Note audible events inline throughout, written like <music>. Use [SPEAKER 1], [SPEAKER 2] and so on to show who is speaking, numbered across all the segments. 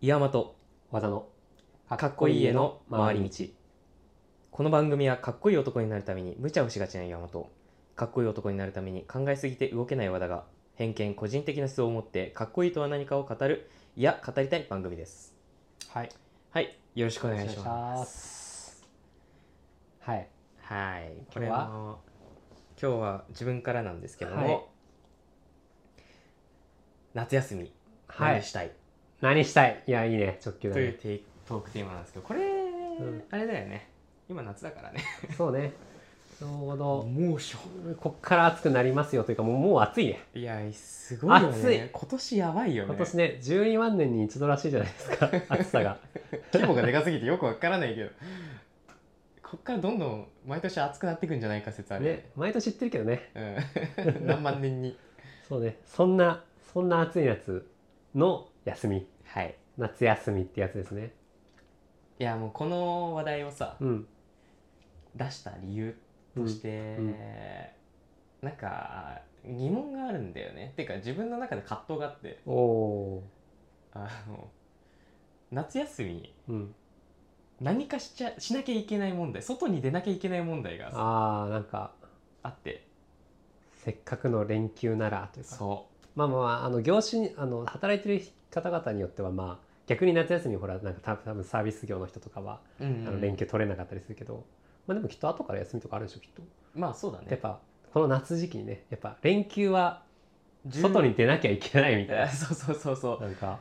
[SPEAKER 1] 岩本和田のあかっこいい家の回り道この番組はかっこいい男になるために無茶をしがちな岩本かっこいい男になるために考えすぎて動けない和田が偏見個人的な思想を持ってかっこいいとは何かを語るいや語りたい番組です
[SPEAKER 2] はい
[SPEAKER 1] はいよろしくお
[SPEAKER 2] お
[SPEAKER 1] 願いし
[SPEAKER 2] 願いし
[SPEAKER 1] ま
[SPEAKER 2] ますはい
[SPEAKER 1] はいこ
[SPEAKER 2] 今
[SPEAKER 1] れ
[SPEAKER 2] 日は
[SPEAKER 1] は今日は自分からなんですけども、
[SPEAKER 2] はい
[SPEAKER 1] 夏休み
[SPEAKER 2] はい
[SPEAKER 1] 何したい、
[SPEAKER 2] 何したいいやいいね直球だ
[SPEAKER 1] という
[SPEAKER 2] ね
[SPEAKER 1] テイトークテーマなんですけどこれ、
[SPEAKER 2] ん
[SPEAKER 1] あれだよね今夏だからね
[SPEAKER 2] そうねちょうど
[SPEAKER 1] 猛暑
[SPEAKER 2] こっから暑くなりますよというかもうもう暑いね
[SPEAKER 1] いやすごいよ
[SPEAKER 2] 暑い
[SPEAKER 1] ね今年やばいよね
[SPEAKER 2] 今年ね12万年に一度らしいじゃないです <laughs> か暑さが
[SPEAKER 1] 規模がでかすぎてよくわからないけどこっからどんどん毎年暑くなっていくんじゃないか説あるよ
[SPEAKER 2] ね毎年知ってるけどね
[SPEAKER 1] ね、うん <laughs> 何万年に
[SPEAKER 2] そうねそんなそんな暑い夏の休み
[SPEAKER 1] はい
[SPEAKER 2] 夏休みってやつですね
[SPEAKER 1] いやもうこの話題をさ
[SPEAKER 2] うん
[SPEAKER 1] 出した理由として、
[SPEAKER 2] うん
[SPEAKER 1] なんか疑問があるんだよねていうか自分の中で葛藤があって
[SPEAKER 2] おお
[SPEAKER 1] あの夏休み
[SPEAKER 2] ーうん
[SPEAKER 1] 何かしちゃしなきゃいけない問題外に出なきゃいけない問題がさ
[SPEAKER 2] あーなんか
[SPEAKER 1] あって
[SPEAKER 2] せっかくの連休ならというか
[SPEAKER 1] そ
[SPEAKER 2] まあまあまああの業種にあの働いてる方々によってはまあ逆に夏休みほらなんかた多分サービス業の人とかは、
[SPEAKER 1] う、うんうん
[SPEAKER 2] あの連休取れなかったりするけど、まあ、でもきっと後から休みとかあるでしょきっと、
[SPEAKER 1] まあそうだね
[SPEAKER 2] やっぱこの夏時期にねやっぱ連休は
[SPEAKER 1] 10
[SPEAKER 2] 外に出なきゃいけないみたい
[SPEAKER 1] えーそうそうそう <laughs> そ
[SPEAKER 2] な
[SPEAKER 1] う
[SPEAKER 2] なんか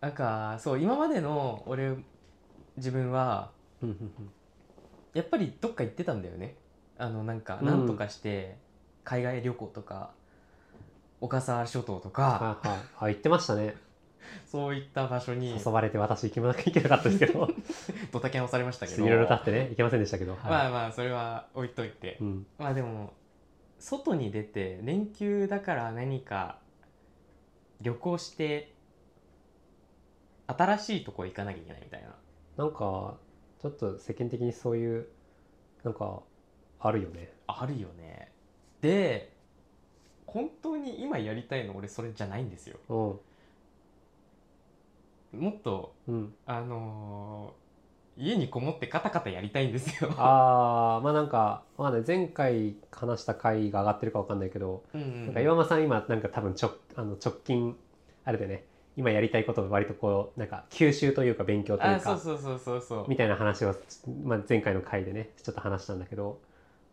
[SPEAKER 1] なんかそう今までの俺自分は
[SPEAKER 2] うんうんうん
[SPEAKER 1] やっぱりどっか行ってたんだよねあのなんか
[SPEAKER 2] うん
[SPEAKER 1] なんとかして海外旅行とか小笠原諸島とか
[SPEAKER 2] はいはいあ行ってましたね
[SPEAKER 1] そういった場所に
[SPEAKER 2] 誘われて私行けなきゃいけなかったですけ
[SPEAKER 1] <laughs>
[SPEAKER 2] ど
[SPEAKER 1] ドタキャンをされましたけ
[SPEAKER 2] ちょっ
[SPEAKER 1] ど
[SPEAKER 2] といろいろ立ってね行けませんでしたけど、はい
[SPEAKER 1] まあまあそれは置いといて、
[SPEAKER 2] うん、
[SPEAKER 1] まあでも外に出て連休だから何か旅行して新しいとこ行かなきゃいけないみたいな
[SPEAKER 2] なんかちょっと世間的にそういうなんかあるよね
[SPEAKER 1] あるよねで本当に今やりたいの俺それじゃないんですよ
[SPEAKER 2] うん
[SPEAKER 1] もっと
[SPEAKER 2] うん、
[SPEAKER 1] あのー家にこもってカタカタやりたいんですよ
[SPEAKER 2] あーまあなんか、まあね、前回話した回が上がってるかわかんないけど、
[SPEAKER 1] うんうん
[SPEAKER 2] なんか岩間さん今なんか多分ちょあの直近あれだよね今やりたいこと割とこうなんか吸収というか勉強とい
[SPEAKER 1] あ
[SPEAKER 2] う
[SPEAKER 1] そう
[SPEAKER 2] か
[SPEAKER 1] そうそうそうそう
[SPEAKER 2] みたいな話を、まあ、前回の回でねちょっと話したんだけど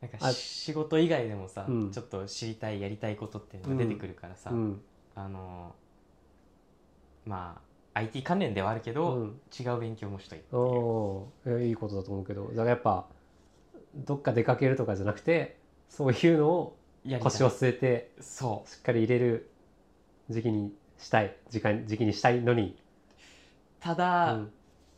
[SPEAKER 1] なんか
[SPEAKER 2] あ
[SPEAKER 1] 仕事以外でもさ、
[SPEAKER 2] うん
[SPEAKER 1] ちょっと知りたいやりたいことっていうのが出てくるからさ、
[SPEAKER 2] うん
[SPEAKER 1] あのーまあ IT 関連ではあるけ
[SPEAKER 2] う
[SPEAKER 1] ど、
[SPEAKER 2] ん
[SPEAKER 1] 違う勉強もしたいっていう
[SPEAKER 2] おーえいいことだと思うけどだからやっぱどっか出かけるとかじゃなくてそういうのを
[SPEAKER 1] やりたい
[SPEAKER 2] 腰を据えて
[SPEAKER 1] そ
[SPEAKER 2] しっかり入れる時期にしたい時間時期にしたいのに、
[SPEAKER 1] うた
[SPEAKER 2] う
[SPEAKER 1] だ、
[SPEAKER 2] ん、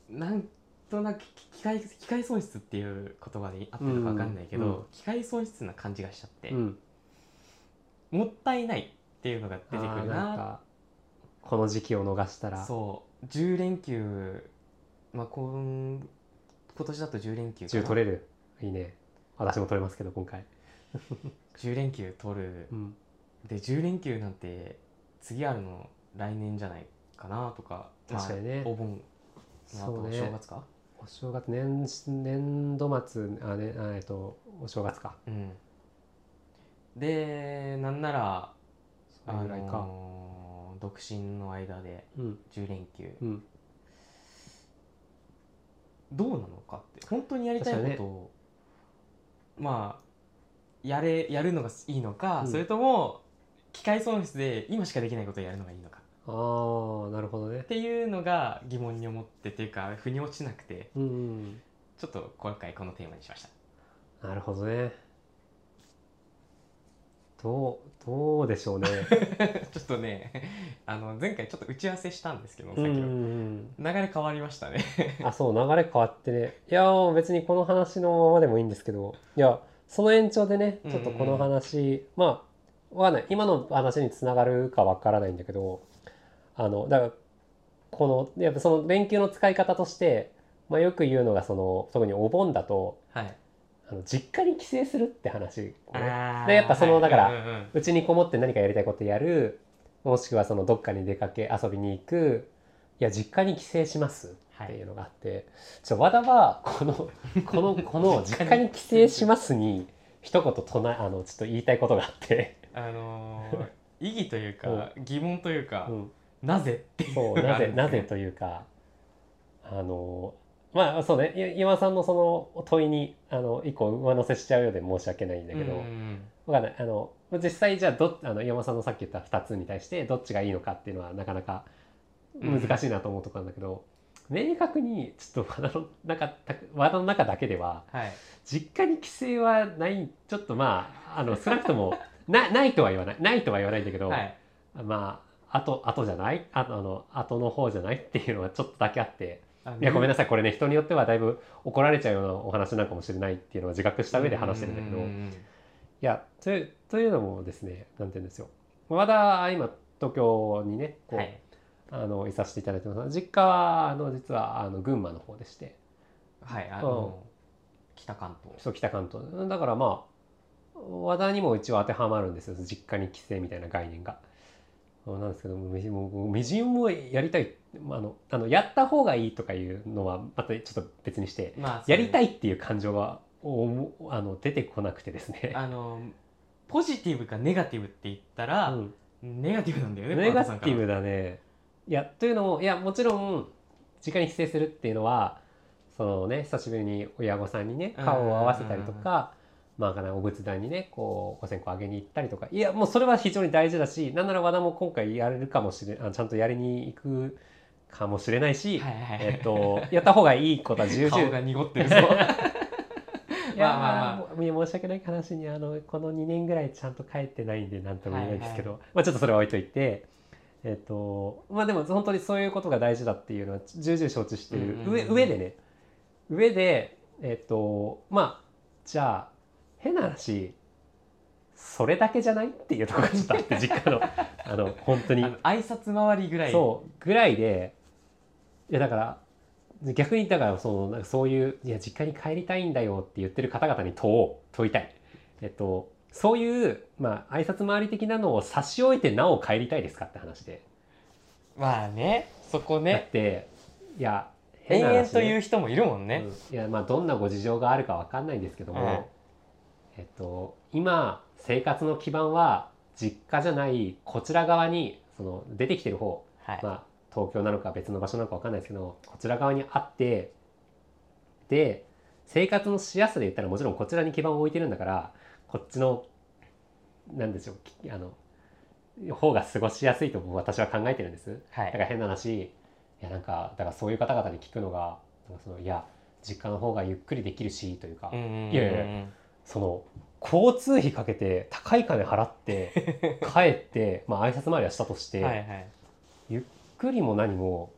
[SPEAKER 1] なんとなく機械機械損失っていう言葉で合ってるか分かんないけど、
[SPEAKER 2] うんうん
[SPEAKER 1] 機械損失な感じがしちゃって、
[SPEAKER 2] うん
[SPEAKER 1] もったいないっていうのが出てくる
[SPEAKER 2] あーん
[SPEAKER 1] な
[SPEAKER 2] かこの時期を逃したら
[SPEAKER 1] そう10連休まあ今今年だと10連休か
[SPEAKER 2] 銃
[SPEAKER 1] な
[SPEAKER 2] 取れるいいね私も取れますけど今回、
[SPEAKER 1] 10連休取る
[SPEAKER 2] うん、
[SPEAKER 1] で10連休なんて次あるの来年じゃないかなとか
[SPEAKER 2] 確かにね
[SPEAKER 1] まあ、お盆あ
[SPEAKER 2] そ
[SPEAKER 1] と
[SPEAKER 2] う
[SPEAKER 1] お
[SPEAKER 2] ね
[SPEAKER 1] 正月か
[SPEAKER 2] お正月年年度末あねあえっとお正月か
[SPEAKER 1] うんでなんなら
[SPEAKER 2] それぐらい
[SPEAKER 1] あ
[SPEAKER 2] か、
[SPEAKER 1] のー独身の間で
[SPEAKER 2] うん
[SPEAKER 1] 10連休
[SPEAKER 2] うん
[SPEAKER 1] どうなのかって本当にやりたいことを、まあやれやるのがいいのか、
[SPEAKER 2] うん
[SPEAKER 1] それとも機械損失で今しかできないことをやるのがいいのか
[SPEAKER 2] ああなるほど
[SPEAKER 1] っ
[SPEAKER 2] ね
[SPEAKER 1] ていうのが疑問に思ってっていうか腑に落ちなくて
[SPEAKER 2] うんうん
[SPEAKER 1] ちょっと今回このテーマにしました <laughs>
[SPEAKER 2] なるほどねどうどうでしょ
[SPEAKER 1] <laughs>
[SPEAKER 2] うね
[SPEAKER 1] ちょっとねあの前回ちょっと打ち合わせしたんですけどさ
[SPEAKER 2] う
[SPEAKER 1] っ
[SPEAKER 2] ん
[SPEAKER 1] き
[SPEAKER 2] うん
[SPEAKER 1] の
[SPEAKER 2] うん
[SPEAKER 1] 流れ変わりましたね
[SPEAKER 2] <laughs> あそう流れ変わってねいやー別にこの話のままでもいいんですけどいやその延長でねちょっとこの話、まあわかんない今の話につながるかわからないんだけどあのだからこのやっぱその連休の使い方として、まあ、よく言うのがその特にお盆だと
[SPEAKER 1] はい
[SPEAKER 2] あの実家に帰省するって話をね
[SPEAKER 1] あー
[SPEAKER 2] でやっぱそのだから
[SPEAKER 1] うんうんうん
[SPEAKER 2] うちにこもって何かやりたいことやるもしくはそのどっかに出かけ遊びに行くや実家に帰省します
[SPEAKER 1] は
[SPEAKER 2] ってい
[SPEAKER 1] い。
[SPEAKER 2] うのがあってちょ和田はこの <laughs> このこの実家に帰省しますに一言唱えあのちょっと言いたいことがあって、
[SPEAKER 1] あのー意義というか疑問というか
[SPEAKER 2] う、ん、
[SPEAKER 1] なぜっていう
[SPEAKER 2] そう
[SPEAKER 1] のが
[SPEAKER 2] な
[SPEAKER 1] ある
[SPEAKER 2] <laughs> ぜ
[SPEAKER 1] んですね
[SPEAKER 2] なぜというかあのまあそうねい岩さんのその問いにあの一個上乗せしちゃうようで申し訳ないんだけど、
[SPEAKER 1] うん
[SPEAKER 2] わかんないあの実際じゃあどっあの岩間さんのさっき言った2つに対してどっちがいいのかっていうのはなかなか難しいなと思うところなんだけど、明確にちょっと和田の中た和田の中だけでは
[SPEAKER 1] はい。
[SPEAKER 2] 実家に帰省はないちょっとまああの少なくともなないとは言わないないとは言わないんだけど、
[SPEAKER 1] はい。
[SPEAKER 2] まああとあとじゃないあとあの後の方じゃないっていうのはちょっとだけあって
[SPEAKER 1] あ
[SPEAKER 2] いやごめ
[SPEAKER 1] な
[SPEAKER 2] んなさいこれね人によってはだいぶ怒られちゃうようなお話なのかもしれないっていうのを自覚した上で話してるんだけど。いやというというのもですねなんて言うんですよ和田は今東京にねこう、
[SPEAKER 1] はい。
[SPEAKER 2] あのいさせていただいてます実家はあの実はあの群馬の方でして
[SPEAKER 1] はい。あのー北関東。
[SPEAKER 2] そう北関東だからまあ和田にも一応当てはまるんですよ実家に帰省みたいな概念が。そうなんですけどもうみじんもうみじんもやりたいあのあのやった方がいいとかいうのはまたちょっと別にして
[SPEAKER 1] まあ
[SPEAKER 2] やりた
[SPEAKER 1] い。
[SPEAKER 2] いっていう感情がおもあの出てこなくてですね。
[SPEAKER 1] あのーポジティブかネガティブって言ったら
[SPEAKER 2] う、ん
[SPEAKER 1] ネガティブなんだよね。パ
[SPEAKER 2] ネガ
[SPEAKER 1] ンダさん
[SPEAKER 2] テ
[SPEAKER 1] から
[SPEAKER 2] ィブだね。いや、というのも、いや、もちろん、実家に帰省するっていうのは、そのね、久しぶりに親御さんにね、顔を合わせたりとか、まあ、かなお仏壇にね、こう、お線香あげに行ったりとか、いや、もうそれは非常に大事だし、なんなら和田も今回やれるかもしれあちゃんとやりに行くかもしれないし、
[SPEAKER 1] はいはいはい。
[SPEAKER 2] えっと、やった方がいいことは重々。
[SPEAKER 1] 顔が濁ってる。そう
[SPEAKER 2] いや
[SPEAKER 1] まあまあまあ
[SPEAKER 2] まあもう申し訳ない話にあのこの2年ぐらいちゃんと帰ってないんでなんとも言えないですけど、まあ、ちょっとそれは置いといて、えっとまあ、でも本当にそういうことが大事だっていうのは重々承知してる、
[SPEAKER 1] うんうんうん
[SPEAKER 2] 上上でね上でえっとまあじゃあ変な話それだけじゃないっていうところがちょっとあって実家のあの本 <laughs> 当に
[SPEAKER 1] あの挨拶回りぐらい。
[SPEAKER 2] そうぐらいでいやだから逆にだからそのなんかそういういや実家に帰りたいんだよって言ってる方々に問おう問いたい、えっと、そういう、まあ挨拶回り的なのを差し置いてなお帰りたいですかって話で、
[SPEAKER 1] まあね、そこ
[SPEAKER 2] だ
[SPEAKER 1] ね
[SPEAKER 2] っ。ていや
[SPEAKER 1] 延
[SPEAKER 2] な話
[SPEAKER 1] 々というう人もいるもんね
[SPEAKER 2] ん。いやまあどんなご事情があるかわかんないんですけども、
[SPEAKER 1] うん
[SPEAKER 2] えっと、今生活の基盤は実家じゃないこちら側にその出てきてる方
[SPEAKER 1] はい。
[SPEAKER 2] まあ、東京なのか別の場所なのか分かんないですけどこちら側にあってで生活のしやすさで言ったらもちろんこちらに基盤を置いてるんだからこっちのなんでしょうきあの方が過ごしやすいと僕私は考えてるんです
[SPEAKER 1] は
[SPEAKER 2] だか
[SPEAKER 1] い。
[SPEAKER 2] ら変な話いやなんかだからそういう方々に聞くのがなんかそのいや実家の方がゆっくりできるしというか、
[SPEAKER 1] うんうんうんうん
[SPEAKER 2] いやいやいその交通費かけて高い金払って帰ってまあ挨拶回りはしたとし
[SPEAKER 1] <laughs>
[SPEAKER 2] て、
[SPEAKER 1] はいはい。
[SPEAKER 2] ゆっくりも何も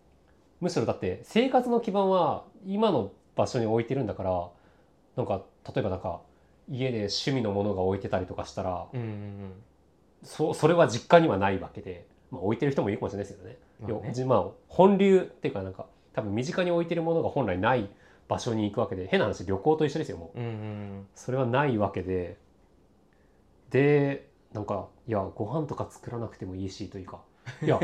[SPEAKER 2] むしろだって生活の基盤は今の場所に置いてるんだからなんか例えばなんか家で趣味のものが置いてたりとかしたら
[SPEAKER 1] うんうん
[SPEAKER 2] そそれは実家にはないわけで、まあ、置いてる人もいるかもしれないですけどね,
[SPEAKER 1] うん。
[SPEAKER 2] よ、
[SPEAKER 1] まあね
[SPEAKER 2] じまあ本流っていうかなんか多分身近に置いてるものが本来ない場所に行くわけで変な話旅行と一緒ですよもう
[SPEAKER 1] うんうん
[SPEAKER 2] それはないわけででなんかいやご飯とか作らなくてもいいしというかいや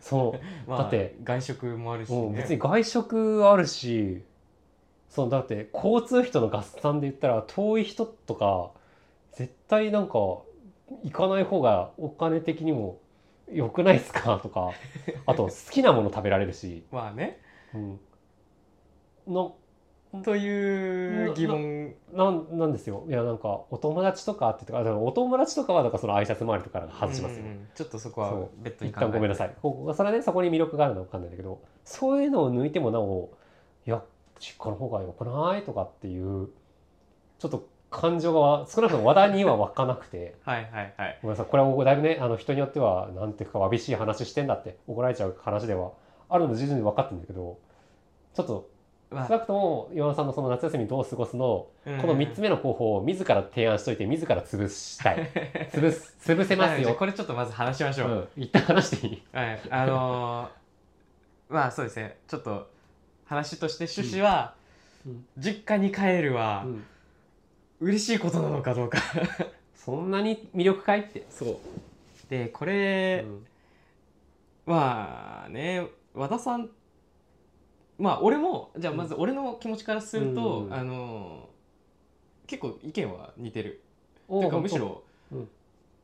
[SPEAKER 2] その
[SPEAKER 1] うん。まあ
[SPEAKER 2] だって
[SPEAKER 1] 外食もあるし
[SPEAKER 2] もう
[SPEAKER 1] ね。
[SPEAKER 2] 別に外食あるしそのだって交通費との合算で言ったら遠い人とか絶対なんか行かない方がお金的にも良くないですかとかあと好きなもの食べられるし、
[SPEAKER 1] まあね。
[SPEAKER 2] うん、の
[SPEAKER 1] という疑問。
[SPEAKER 2] なんなんですよいやなんかお友達とかってとかでもお友達とかはなんかその挨拶回りとかから外しますよ
[SPEAKER 1] うんう。んちょっとそこは
[SPEAKER 2] そ
[SPEAKER 1] 別途
[SPEAKER 2] 一
[SPEAKER 1] に考
[SPEAKER 2] 旦ごめんなさいここそれはねそこに魅力があるのは分かんないんだけどそういうのを抜いてもなおいや実家の方が良くないとかっていうちょっと感情が少なくとも話題には湧かなくて
[SPEAKER 1] はいはいはい。
[SPEAKER 2] ごめんなさいこれはもうだいぶねあの人によってはなんていうかわびしい話してんだって怒られちゃう話ではあるのも事実に分かってるんだけどちょっと
[SPEAKER 1] ま
[SPEAKER 2] 少
[SPEAKER 1] あ
[SPEAKER 2] なくとも岩田さんのその夏休みどう過ごすのこの3つ
[SPEAKER 1] <laughs>
[SPEAKER 2] 目の方法を自ら提案しといて自ら潰したい潰す潰せます
[SPEAKER 1] はいじゃあ
[SPEAKER 2] よ、
[SPEAKER 1] これちょっとまず話しまし
[SPEAKER 2] う
[SPEAKER 1] ょう。
[SPEAKER 2] ん、一旦話していい
[SPEAKER 1] はい。あのー、まあそうですね。ちょっと話として趣旨は
[SPEAKER 2] うんうん、
[SPEAKER 1] 実家に帰るは
[SPEAKER 2] うん
[SPEAKER 1] 嬉しいことなのかどうか。
[SPEAKER 2] そんなに魅力かいって。
[SPEAKER 1] そう。で、これ、
[SPEAKER 2] うん
[SPEAKER 1] まあね和田さんまあ俺もじゃあまず俺の気持ちからすると、
[SPEAKER 2] うん
[SPEAKER 1] あの結構意見は似てる、
[SPEAKER 2] お
[SPEAKER 1] ていうか
[SPEAKER 2] 本
[SPEAKER 1] む
[SPEAKER 2] 当
[SPEAKER 1] しろ、
[SPEAKER 2] うん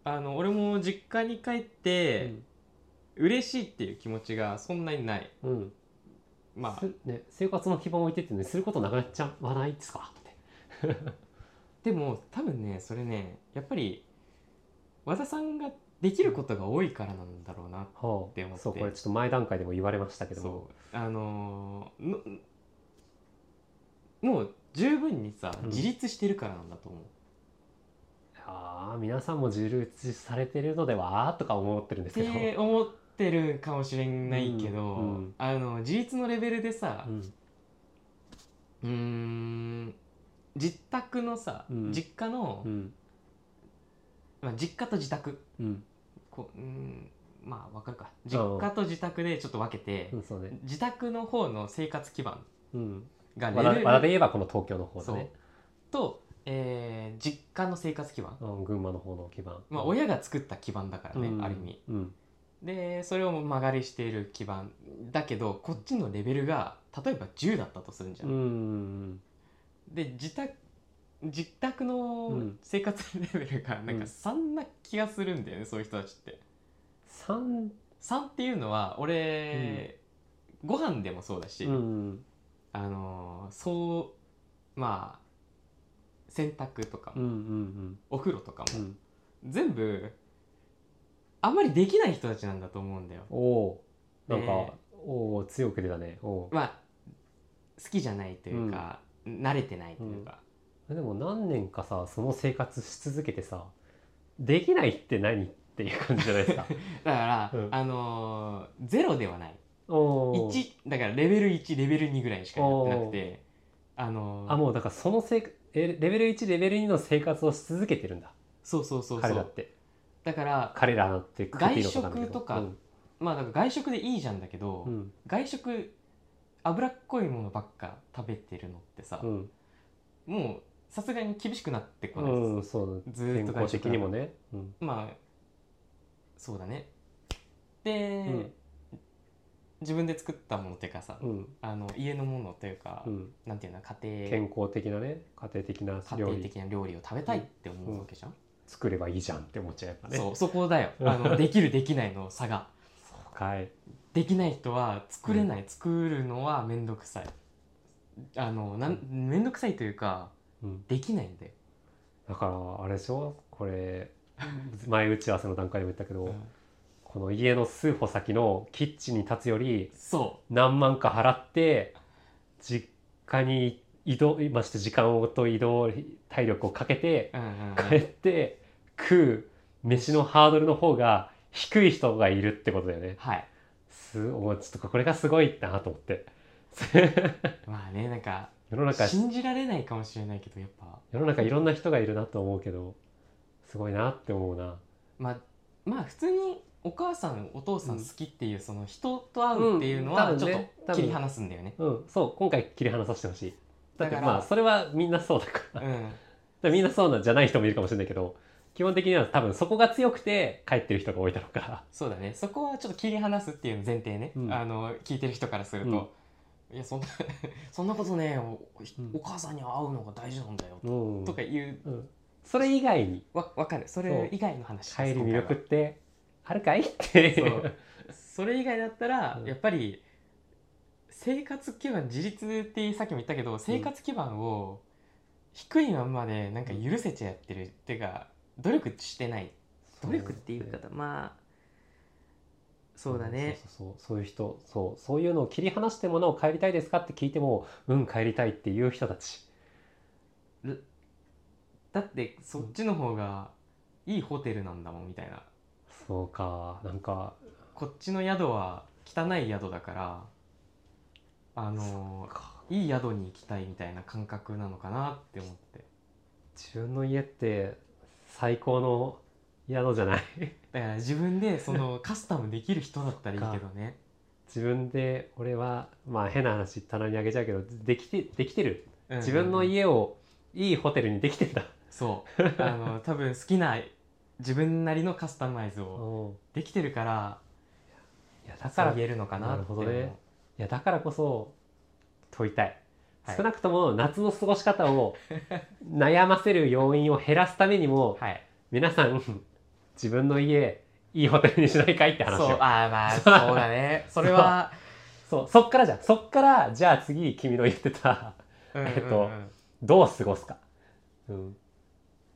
[SPEAKER 1] あの俺も実家に帰って、嬉しいっていう気持ちがそんなにない
[SPEAKER 2] うん、うん
[SPEAKER 1] まあ
[SPEAKER 2] すね、生活の基盤を置いてってねすることなくなっちゃわないですかって
[SPEAKER 1] でも多分ねそれねやっぱり和田さんができることが多いからなんだろうな
[SPEAKER 2] は
[SPEAKER 1] でもって
[SPEAKER 2] そうこれちょっと前段階でも言われましたけども
[SPEAKER 1] そうあのーのもう十分にさ
[SPEAKER 2] うん
[SPEAKER 1] 自立してるからなんだと思う、
[SPEAKER 2] ああ皆さんも自立されてるのではとか思ってるんですけど、
[SPEAKER 1] って思ってるかもしれないけど、
[SPEAKER 2] うんうん
[SPEAKER 1] あの自立のレベルでさ
[SPEAKER 2] うん
[SPEAKER 1] うーん実宅のさ、
[SPEAKER 2] うん
[SPEAKER 1] 実家の、
[SPEAKER 2] うん
[SPEAKER 1] まあ、実家と自宅
[SPEAKER 2] うん
[SPEAKER 1] こううーんまあわかるか
[SPEAKER 2] ん
[SPEAKER 1] 実家と自宅でちょっと分けて、
[SPEAKER 2] うんそうね
[SPEAKER 1] 自宅の方の生活基盤
[SPEAKER 2] うん
[SPEAKER 1] が
[SPEAKER 2] 和田
[SPEAKER 1] レベ
[SPEAKER 2] 和田で
[SPEAKER 1] ル
[SPEAKER 2] 言えばこの東京の方だ
[SPEAKER 1] そう
[SPEAKER 2] ね
[SPEAKER 1] と、えー実家の生活基盤、
[SPEAKER 2] うん群馬の方の基盤
[SPEAKER 1] まあ、親が作った基盤だからね、
[SPEAKER 2] うん
[SPEAKER 1] ある意味
[SPEAKER 2] うん
[SPEAKER 1] でそれを曲がりしている基盤だけどこっちのレベルが例えば10だったとするんじゃ、
[SPEAKER 2] うんん
[SPEAKER 1] で自宅自宅
[SPEAKER 2] う
[SPEAKER 1] の
[SPEAKER 2] ん
[SPEAKER 1] 生活レベルがなん
[SPEAKER 2] う
[SPEAKER 1] か
[SPEAKER 2] ん
[SPEAKER 1] 3な気がするんだよね、そういう人たちって
[SPEAKER 2] 三
[SPEAKER 1] 3っていうのは俺、ご飯でもそうだし、
[SPEAKER 2] うん
[SPEAKER 1] あのーそうまあ洗濯とかも
[SPEAKER 2] うんうん
[SPEAKER 1] お風呂とかも
[SPEAKER 2] う、ん
[SPEAKER 1] 全部あんまりできない人たちなんだと思うんだよ
[SPEAKER 2] おおーなんか、
[SPEAKER 1] ね
[SPEAKER 2] おお強く出たねおお
[SPEAKER 1] まあ好きじゃないというか、慣れてないというか、
[SPEAKER 2] でも何年かさその生活し続けてさできないって何っていう感じじゃない
[SPEAKER 1] <laughs>
[SPEAKER 2] ですか
[SPEAKER 1] だから、
[SPEAKER 2] うん
[SPEAKER 1] あのーゼロではない
[SPEAKER 2] おお
[SPEAKER 1] 1だからレベル1レベル2ぐらいしかやってなくてあのー
[SPEAKER 2] あもうだからそのせいえレベル1レベル2の生活をし続けてるんだ
[SPEAKER 1] そうそうそうそ
[SPEAKER 2] 彼ら
[SPEAKER 1] う
[SPEAKER 2] って
[SPEAKER 1] だから
[SPEAKER 2] 彼らってくくっていいのか分んないけ
[SPEAKER 1] 外食と
[SPEAKER 2] ど
[SPEAKER 1] かまあだから外食でいいじゃんだけど、
[SPEAKER 2] うん
[SPEAKER 1] 外食脂っこいものばっか食べてるのってさ、
[SPEAKER 2] うん
[SPEAKER 1] もうさすがに厳しくなってこ
[SPEAKER 2] う
[SPEAKER 1] ないです、
[SPEAKER 2] ん、うん、そう
[SPEAKER 1] ずー
[SPEAKER 2] 健
[SPEAKER 1] っと
[SPEAKER 2] 康
[SPEAKER 1] 外食
[SPEAKER 2] 的にもね、うん、
[SPEAKER 1] まあそうだねで、
[SPEAKER 2] うん
[SPEAKER 1] 自分で作ったものっていうかさ、
[SPEAKER 2] うん
[SPEAKER 1] あの家のものというか、
[SPEAKER 2] うん、
[SPEAKER 1] なんていうの家
[SPEAKER 2] 健
[SPEAKER 1] 庭
[SPEAKER 2] 康的なね家庭的な
[SPEAKER 1] 家
[SPEAKER 2] 料
[SPEAKER 1] 庭
[SPEAKER 2] 理
[SPEAKER 1] 的な料理を食べたいって思うわけじゃん、
[SPEAKER 2] 作ればいいじゃんって思っちゃうやっぱね
[SPEAKER 1] そうそこだ
[SPEAKER 2] <laughs>
[SPEAKER 1] よあのできるできないの差が
[SPEAKER 2] そうかい
[SPEAKER 1] できない人は作れない、作るのは面倒くさいあのなん面倒くさいというか
[SPEAKER 2] うん、
[SPEAKER 1] できないんだよ、
[SPEAKER 2] だからあれでしょこれ前打ち合わせの段階でも言ったけど、
[SPEAKER 1] うん
[SPEAKER 2] この家の数歩先のキッチンに立つより
[SPEAKER 1] そ
[SPEAKER 2] 何万か払って実家に移動まして時間をと移動体力をかけて
[SPEAKER 1] う、うんうんうん
[SPEAKER 2] 帰って食う飯のハードルの方が低い人がいるってことだよね
[SPEAKER 1] はい
[SPEAKER 2] すもうちょっとこれがすごいなと思って <laughs>
[SPEAKER 1] まあねなんか
[SPEAKER 2] 世の中
[SPEAKER 1] 信じられないかもしれないけどやっぱ
[SPEAKER 2] 世の中いろんな人がいるなと思うけどすごいなって思うな
[SPEAKER 1] まあまあ普通にお母さんお父さん好きっていう、その人と会
[SPEAKER 2] うん
[SPEAKER 1] うっていうのは
[SPEAKER 2] 多分
[SPEAKER 1] ちょっ
[SPEAKER 2] ね
[SPEAKER 1] と切り離すんだよね、
[SPEAKER 2] うんそう今回切り離させてほしいだって
[SPEAKER 1] だから
[SPEAKER 2] まあそれはみんなそうだから
[SPEAKER 1] うん
[SPEAKER 2] でみんなそうなんじゃない人もいるかもしれないけど基本的には多分そこが強くて帰ってる人が多いだろうから
[SPEAKER 1] そうだねそこはちょっと切り離すっていう前提ね、
[SPEAKER 2] うん
[SPEAKER 1] あの聞いてる人からすると、いやそんな <laughs> そんなことねお
[SPEAKER 2] うん
[SPEAKER 1] お母さんに会うのが大事なんだよ、
[SPEAKER 2] うん
[SPEAKER 1] とか言う
[SPEAKER 2] うんそれ以外に
[SPEAKER 1] わ分かるそ
[SPEAKER 2] そう
[SPEAKER 1] れ以外の話
[SPEAKER 2] 帰る魅力っ
[SPEAKER 1] 今
[SPEAKER 2] てあるかいって
[SPEAKER 1] 回はそうそれ以外だったら、
[SPEAKER 2] うん
[SPEAKER 1] やっぱり生活基盤自立ってさっきも言ったけど生活基盤を低いまんまでなんか許せちゃってる、っていうか努力してない努力っていうかまあそうだね
[SPEAKER 2] そうそうそうそういう人そうそういうのを切り離してもなお帰りたいですかって聞いてもうん帰りたいっていう人たち
[SPEAKER 1] だってそっちの方がいいホテルなんだもんみたいな
[SPEAKER 2] そうかなんか
[SPEAKER 1] こっちの宿は汚い宿だからあのいい宿に行きたいみたいな感覚なのかなって思って
[SPEAKER 2] 自分の家って最高の宿じゃない
[SPEAKER 1] だから自分でそのカスタムできる人だったらいいけどね
[SPEAKER 2] 自分で俺はまあ変な話棚にあげちゃうけどできてできてる
[SPEAKER 1] うん
[SPEAKER 2] 自分の家をいいホテルにできてんだ、
[SPEAKER 1] そうあの多分好きな自分なりのカスタマイズを
[SPEAKER 2] おう
[SPEAKER 1] できてるから
[SPEAKER 2] いやだ
[SPEAKER 1] だ
[SPEAKER 2] か
[SPEAKER 1] からら
[SPEAKER 2] い
[SPEAKER 1] 言えるのかなって思う
[SPEAKER 2] なるほどねやだからこそ問いたい、
[SPEAKER 1] はい
[SPEAKER 2] 少なくとも夏の過ごし方を悩ませる要因を減らすためにも
[SPEAKER 1] はい
[SPEAKER 2] 皆さん自分の家いいホテルにしないかいって話を
[SPEAKER 1] そうあーま
[SPEAKER 2] <laughs>
[SPEAKER 1] あそうだねそれは
[SPEAKER 2] そうそっからじゃんそっからじゃあ次君の言ってた
[SPEAKER 1] うんうんうん
[SPEAKER 2] えっとどう過ごすか、うん、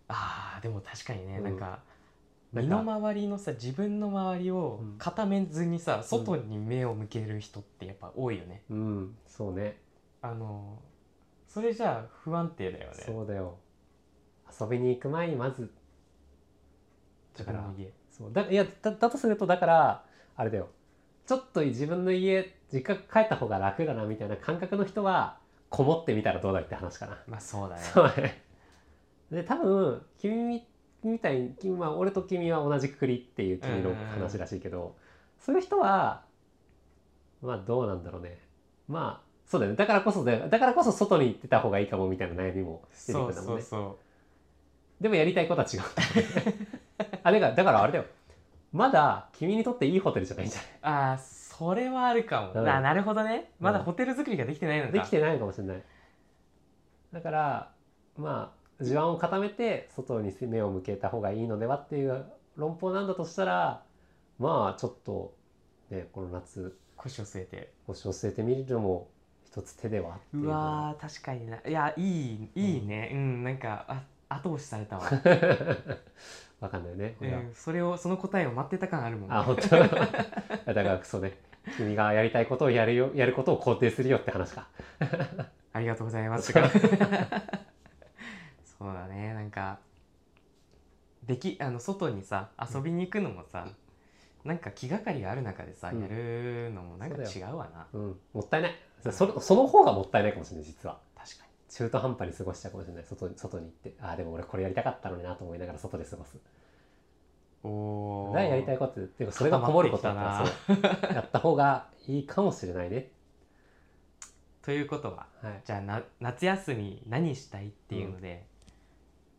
[SPEAKER 1] あーでも確かにね、
[SPEAKER 2] うん
[SPEAKER 1] なんか
[SPEAKER 2] なん
[SPEAKER 1] 身
[SPEAKER 2] か
[SPEAKER 1] の回りのさ自分の周りを
[SPEAKER 2] うん
[SPEAKER 1] 固めずにさ、外に目を向ける人ってやっぱ多いよね、
[SPEAKER 2] うんそうね
[SPEAKER 1] あのそれじゃあ不安定だよね
[SPEAKER 2] そうだよ遊びに行く前にまず
[SPEAKER 1] 自分の家
[SPEAKER 2] そうだいやだだとするとだからあれだよちょっと自分の家実家帰った方が楽だなみたいな感覚の人はこもってみたらどうだいって話かな、
[SPEAKER 1] まあそうだね
[SPEAKER 2] そうねで多分君みたいに君は俺と君は同じくくりっていう君の話らしいけど、そういう人はまあどうなんだろうねまあそうだよねだからこそだよだからこそ外に行ってた方がいいかもみたいな悩みも出て
[SPEAKER 1] そ
[SPEAKER 2] く
[SPEAKER 1] うん
[SPEAKER 2] るだ
[SPEAKER 1] そ
[SPEAKER 2] もん
[SPEAKER 1] う
[SPEAKER 2] ね
[SPEAKER 1] そ
[SPEAKER 2] でもやりたいことは違う。 <laughs> あれが、だからあれだよ。まだ君にとっていいホテルじゃないんじゃ
[SPEAKER 1] うああそれはあるかも、
[SPEAKER 2] うん
[SPEAKER 1] あなるほどねまだ
[SPEAKER 2] うん
[SPEAKER 1] ホテル作りができてないの
[SPEAKER 2] な
[SPEAKER 1] か
[SPEAKER 2] いできてないのかもしれない。だから、まあ、地盤を固めて外に目を向けた方がいいのではっていう論法なんだとしたら、まあ、ちょっと、ね、この夏、
[SPEAKER 1] 腰を据えて
[SPEAKER 2] 腰を据えてみるのも一つ手ではっていうう
[SPEAKER 1] わー確かにないやいいいいねうん、なんかあ後押しされたわ、
[SPEAKER 2] わかん <laughs> ないね。
[SPEAKER 1] う
[SPEAKER 2] 俺は
[SPEAKER 1] ん、それをその答えを待ってた感あるもん
[SPEAKER 2] あ、本当 <laughs> いやだからクソね。君がやりたいことをやるよ、やることを肯定するよって話か。
[SPEAKER 1] ありがとうございます。 <laughs> そうだね、なんか。でき、あの外にさ、遊びに行くのもさ。なんか気がかりがある中でさ、
[SPEAKER 2] うん
[SPEAKER 1] やるのもなんか違うわな。
[SPEAKER 2] うん、もったいないそれその方がもったいないかもしれない実は
[SPEAKER 1] 確かに。
[SPEAKER 2] 中途半端に過ごしちゃうかもしれない外に外に行ってああでも俺これやりたかったのになと思いながら外で過ごす
[SPEAKER 1] お
[SPEAKER 2] だ
[SPEAKER 1] お。
[SPEAKER 2] からやりたいことっていうかそれがこもることだったらそうやった方がいいかもしれないね
[SPEAKER 1] ということは、
[SPEAKER 2] はい
[SPEAKER 1] じゃあ、な、夏休み何したいっていうので。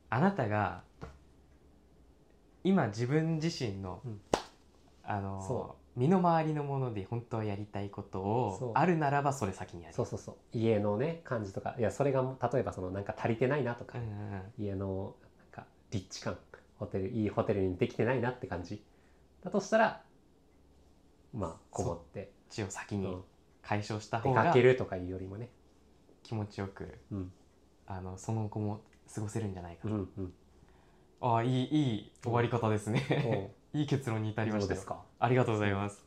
[SPEAKER 1] あなたが。今自分自身の。
[SPEAKER 2] うん
[SPEAKER 1] あの
[SPEAKER 2] そ
[SPEAKER 1] 身の回りのもので本当はやりたいこと
[SPEAKER 2] そう
[SPEAKER 1] をあるならばそれ先にやる
[SPEAKER 2] そうそうそう家のね感じとかいやそれが例えばそのなんか足りてないなとか、
[SPEAKER 1] うんうんうん
[SPEAKER 2] 家のなんか立地感ホテルいいホテルにできてないなって感じだとしたらまあこもって、
[SPEAKER 1] 地を先
[SPEAKER 2] う
[SPEAKER 1] に
[SPEAKER 2] ん
[SPEAKER 1] 解消した方
[SPEAKER 2] 出か
[SPEAKER 1] が
[SPEAKER 2] けるとかいうよりもね
[SPEAKER 1] 気持ちよく、
[SPEAKER 2] うん
[SPEAKER 1] あのその後も過ごせるんじゃないか
[SPEAKER 2] う
[SPEAKER 1] な、
[SPEAKER 2] んうん
[SPEAKER 1] ああいいいい終わり方です <laughs> ね、
[SPEAKER 2] おう
[SPEAKER 1] いい結論に至りま
[SPEAKER 2] どう
[SPEAKER 1] した
[SPEAKER 2] で
[SPEAKER 1] よ
[SPEAKER 2] すか
[SPEAKER 1] ありがとうございます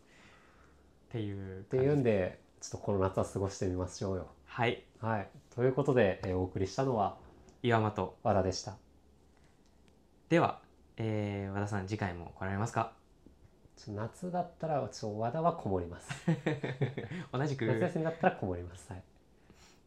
[SPEAKER 1] っていう
[SPEAKER 2] っていうん
[SPEAKER 1] で
[SPEAKER 2] でちょっとこの夏は過ごしてみましょうよ。
[SPEAKER 1] はい
[SPEAKER 2] はい、ということで、えーお送りしたのは
[SPEAKER 1] 岩間と
[SPEAKER 2] 和田でした。
[SPEAKER 1] では、えー和田さん次回も来られますか <laughs>
[SPEAKER 2] ちょ夏だったらちょ和田はこもります。
[SPEAKER 1] 同じく
[SPEAKER 2] 夏休みだったらこもります。はい